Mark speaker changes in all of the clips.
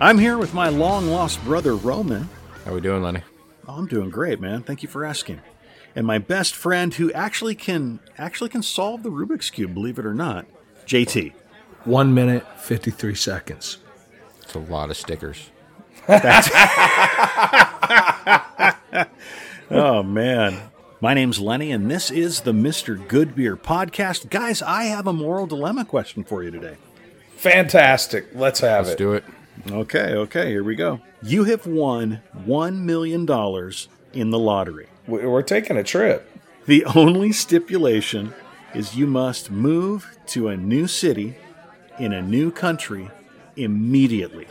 Speaker 1: I'm here with my long lost brother Roman.
Speaker 2: How we doing, Lenny?
Speaker 1: Oh, I'm doing great, man. Thank you for asking. And my best friend who actually can actually can solve the Rubik's cube, believe it or not, JT.
Speaker 3: One minute, 53 seconds.
Speaker 2: It's a lot of stickers.
Speaker 1: Oh man. My name's Lenny and this is the Mr. Goodbeer podcast. Guys, I have a moral dilemma question for you today.
Speaker 4: Fantastic. Let's have
Speaker 2: Let's
Speaker 4: it.
Speaker 2: do it.
Speaker 1: Okay, okay, here we go. You have won 1 million dollars in the lottery.
Speaker 4: We- We're taking a trip.
Speaker 1: The only stipulation is you must move to a new city in a new country immediately,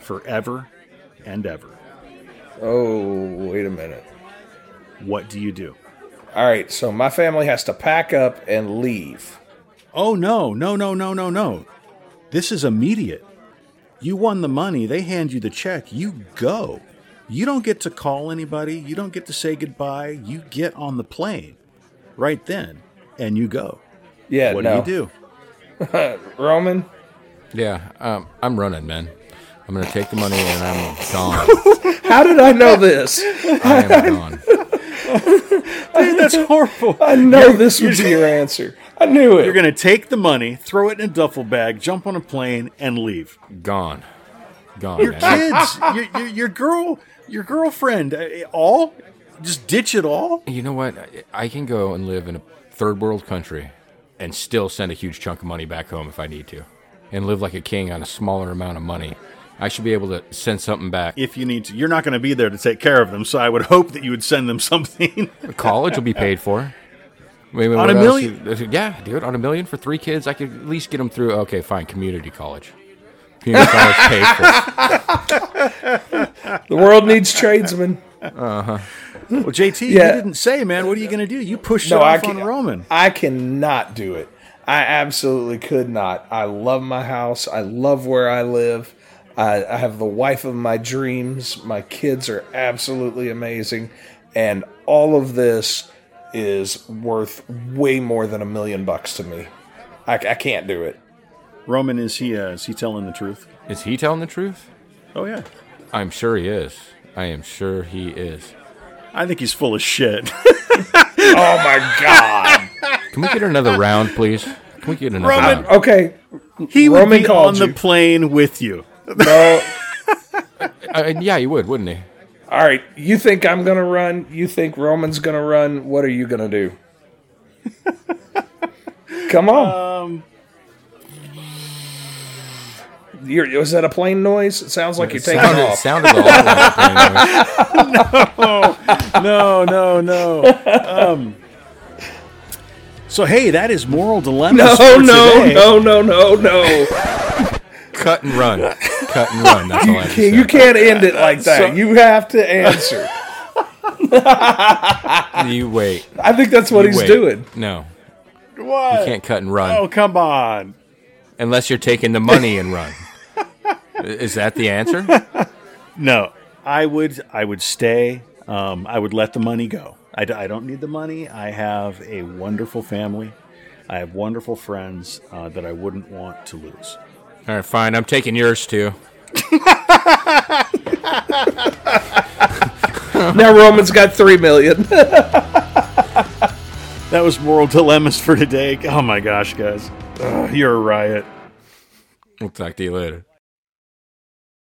Speaker 1: forever and ever.
Speaker 4: Oh, wait a minute.
Speaker 1: What do you do?
Speaker 4: All right, so my family has to pack up and leave.
Speaker 1: Oh, no, no, no, no, no, no. This is immediate. You won the money, they hand you the check, you go. You don't get to call anybody, you don't get to say goodbye, you get on the plane right then and you go.
Speaker 4: Yeah,
Speaker 1: What
Speaker 4: no.
Speaker 1: do you do?
Speaker 4: do? Roman?
Speaker 2: Yeah, um, I'm running, man. I'm gonna take the money and I'm gone.
Speaker 4: How did I know this?
Speaker 2: I am gone.
Speaker 1: That's horrible.
Speaker 4: I know this would be your answer. I knew it.
Speaker 1: You're going to take the money, throw it in a duffel bag, jump on a plane, and leave.
Speaker 2: Gone. Gone.
Speaker 1: Your
Speaker 2: man.
Speaker 1: kids, your, your, your girl, your girlfriend, uh, all just ditch it all.
Speaker 2: You know what? I- I can go and live in a third world country and still send a huge chunk of money back home if I need to, and live like a king on a smaller amount of money. I should be able to send something back.
Speaker 1: If you need to, you're not going to be there to take care of them. So I would hope that you would send them something.
Speaker 2: College will be paid for. I mean,
Speaker 1: On
Speaker 2: what
Speaker 1: a
Speaker 2: else
Speaker 1: million-
Speaker 2: you- yeah, dude, on a million for three kids, I could at least get them through. Okay, fine, community college. Community college paid for.
Speaker 4: the world needs tradesmen.
Speaker 1: well, JT,
Speaker 4: Yeah.
Speaker 1: you didn't say, man. What are you going to do? You pushed
Speaker 4: No,
Speaker 1: it
Speaker 4: I
Speaker 1: off
Speaker 4: can,
Speaker 1: on Roman.
Speaker 4: I cannot do it. I absolutely could not. I love my house. I love where I live. I, I have the wife of my dreams. My kids are absolutely amazing. And all of this is worth way more than a million bucks to me. I, I can't do it.
Speaker 1: Roman is he? Uh, is he telling the truth?
Speaker 2: Is he telling the truth?
Speaker 1: Oh yeah,
Speaker 2: I'm sure he is. I am sure he is.
Speaker 1: I think he's full of shit.
Speaker 4: Oh my God.
Speaker 2: Can we get another round, please? Can we get another
Speaker 1: Roman-
Speaker 2: round?
Speaker 4: Okay.
Speaker 1: he would
Speaker 4: Roman
Speaker 1: be on
Speaker 4: called
Speaker 1: the
Speaker 4: you.
Speaker 1: plane with you.
Speaker 4: No.
Speaker 2: I, I- yeah, he would, wouldn't he?
Speaker 4: All right. You think I'm going to run? You think Roman's going to run? What are you going to do? Come on. Um, You're, was that a plane noise? It sounds like you're
Speaker 2: It
Speaker 4: taking
Speaker 2: sounded, it
Speaker 4: off.
Speaker 2: sounded a lot like a plane noise.
Speaker 1: no, no, no. Um, so hey, that is moral dilemma.
Speaker 4: no, Oh, no, no, no, no, no.
Speaker 2: Cut and run. Cut and run. That's all I have to
Speaker 4: Can- you
Speaker 2: say.
Speaker 4: can't end it like that. you have to answer.
Speaker 2: You wait.
Speaker 4: I think that's what
Speaker 2: you
Speaker 4: he's
Speaker 2: wait.
Speaker 4: doing.
Speaker 2: No.
Speaker 1: no. What?
Speaker 2: You can't cut and run
Speaker 1: Oh come on.
Speaker 2: unless you're taking the money and run. Is that the answer?
Speaker 1: No, I would. I would stay. Um, I would let the money go. I, d- I don't need the money. I have a wonderful family. I have wonderful friends uh, that I wouldn't want to lose.
Speaker 2: All right, fine. I'm taking yours too.
Speaker 4: Now Roman's got three million.
Speaker 1: That was moral dilemmas for today. Oh my gosh, guys, Ugh, you're a riot.
Speaker 2: We'll talk to you later.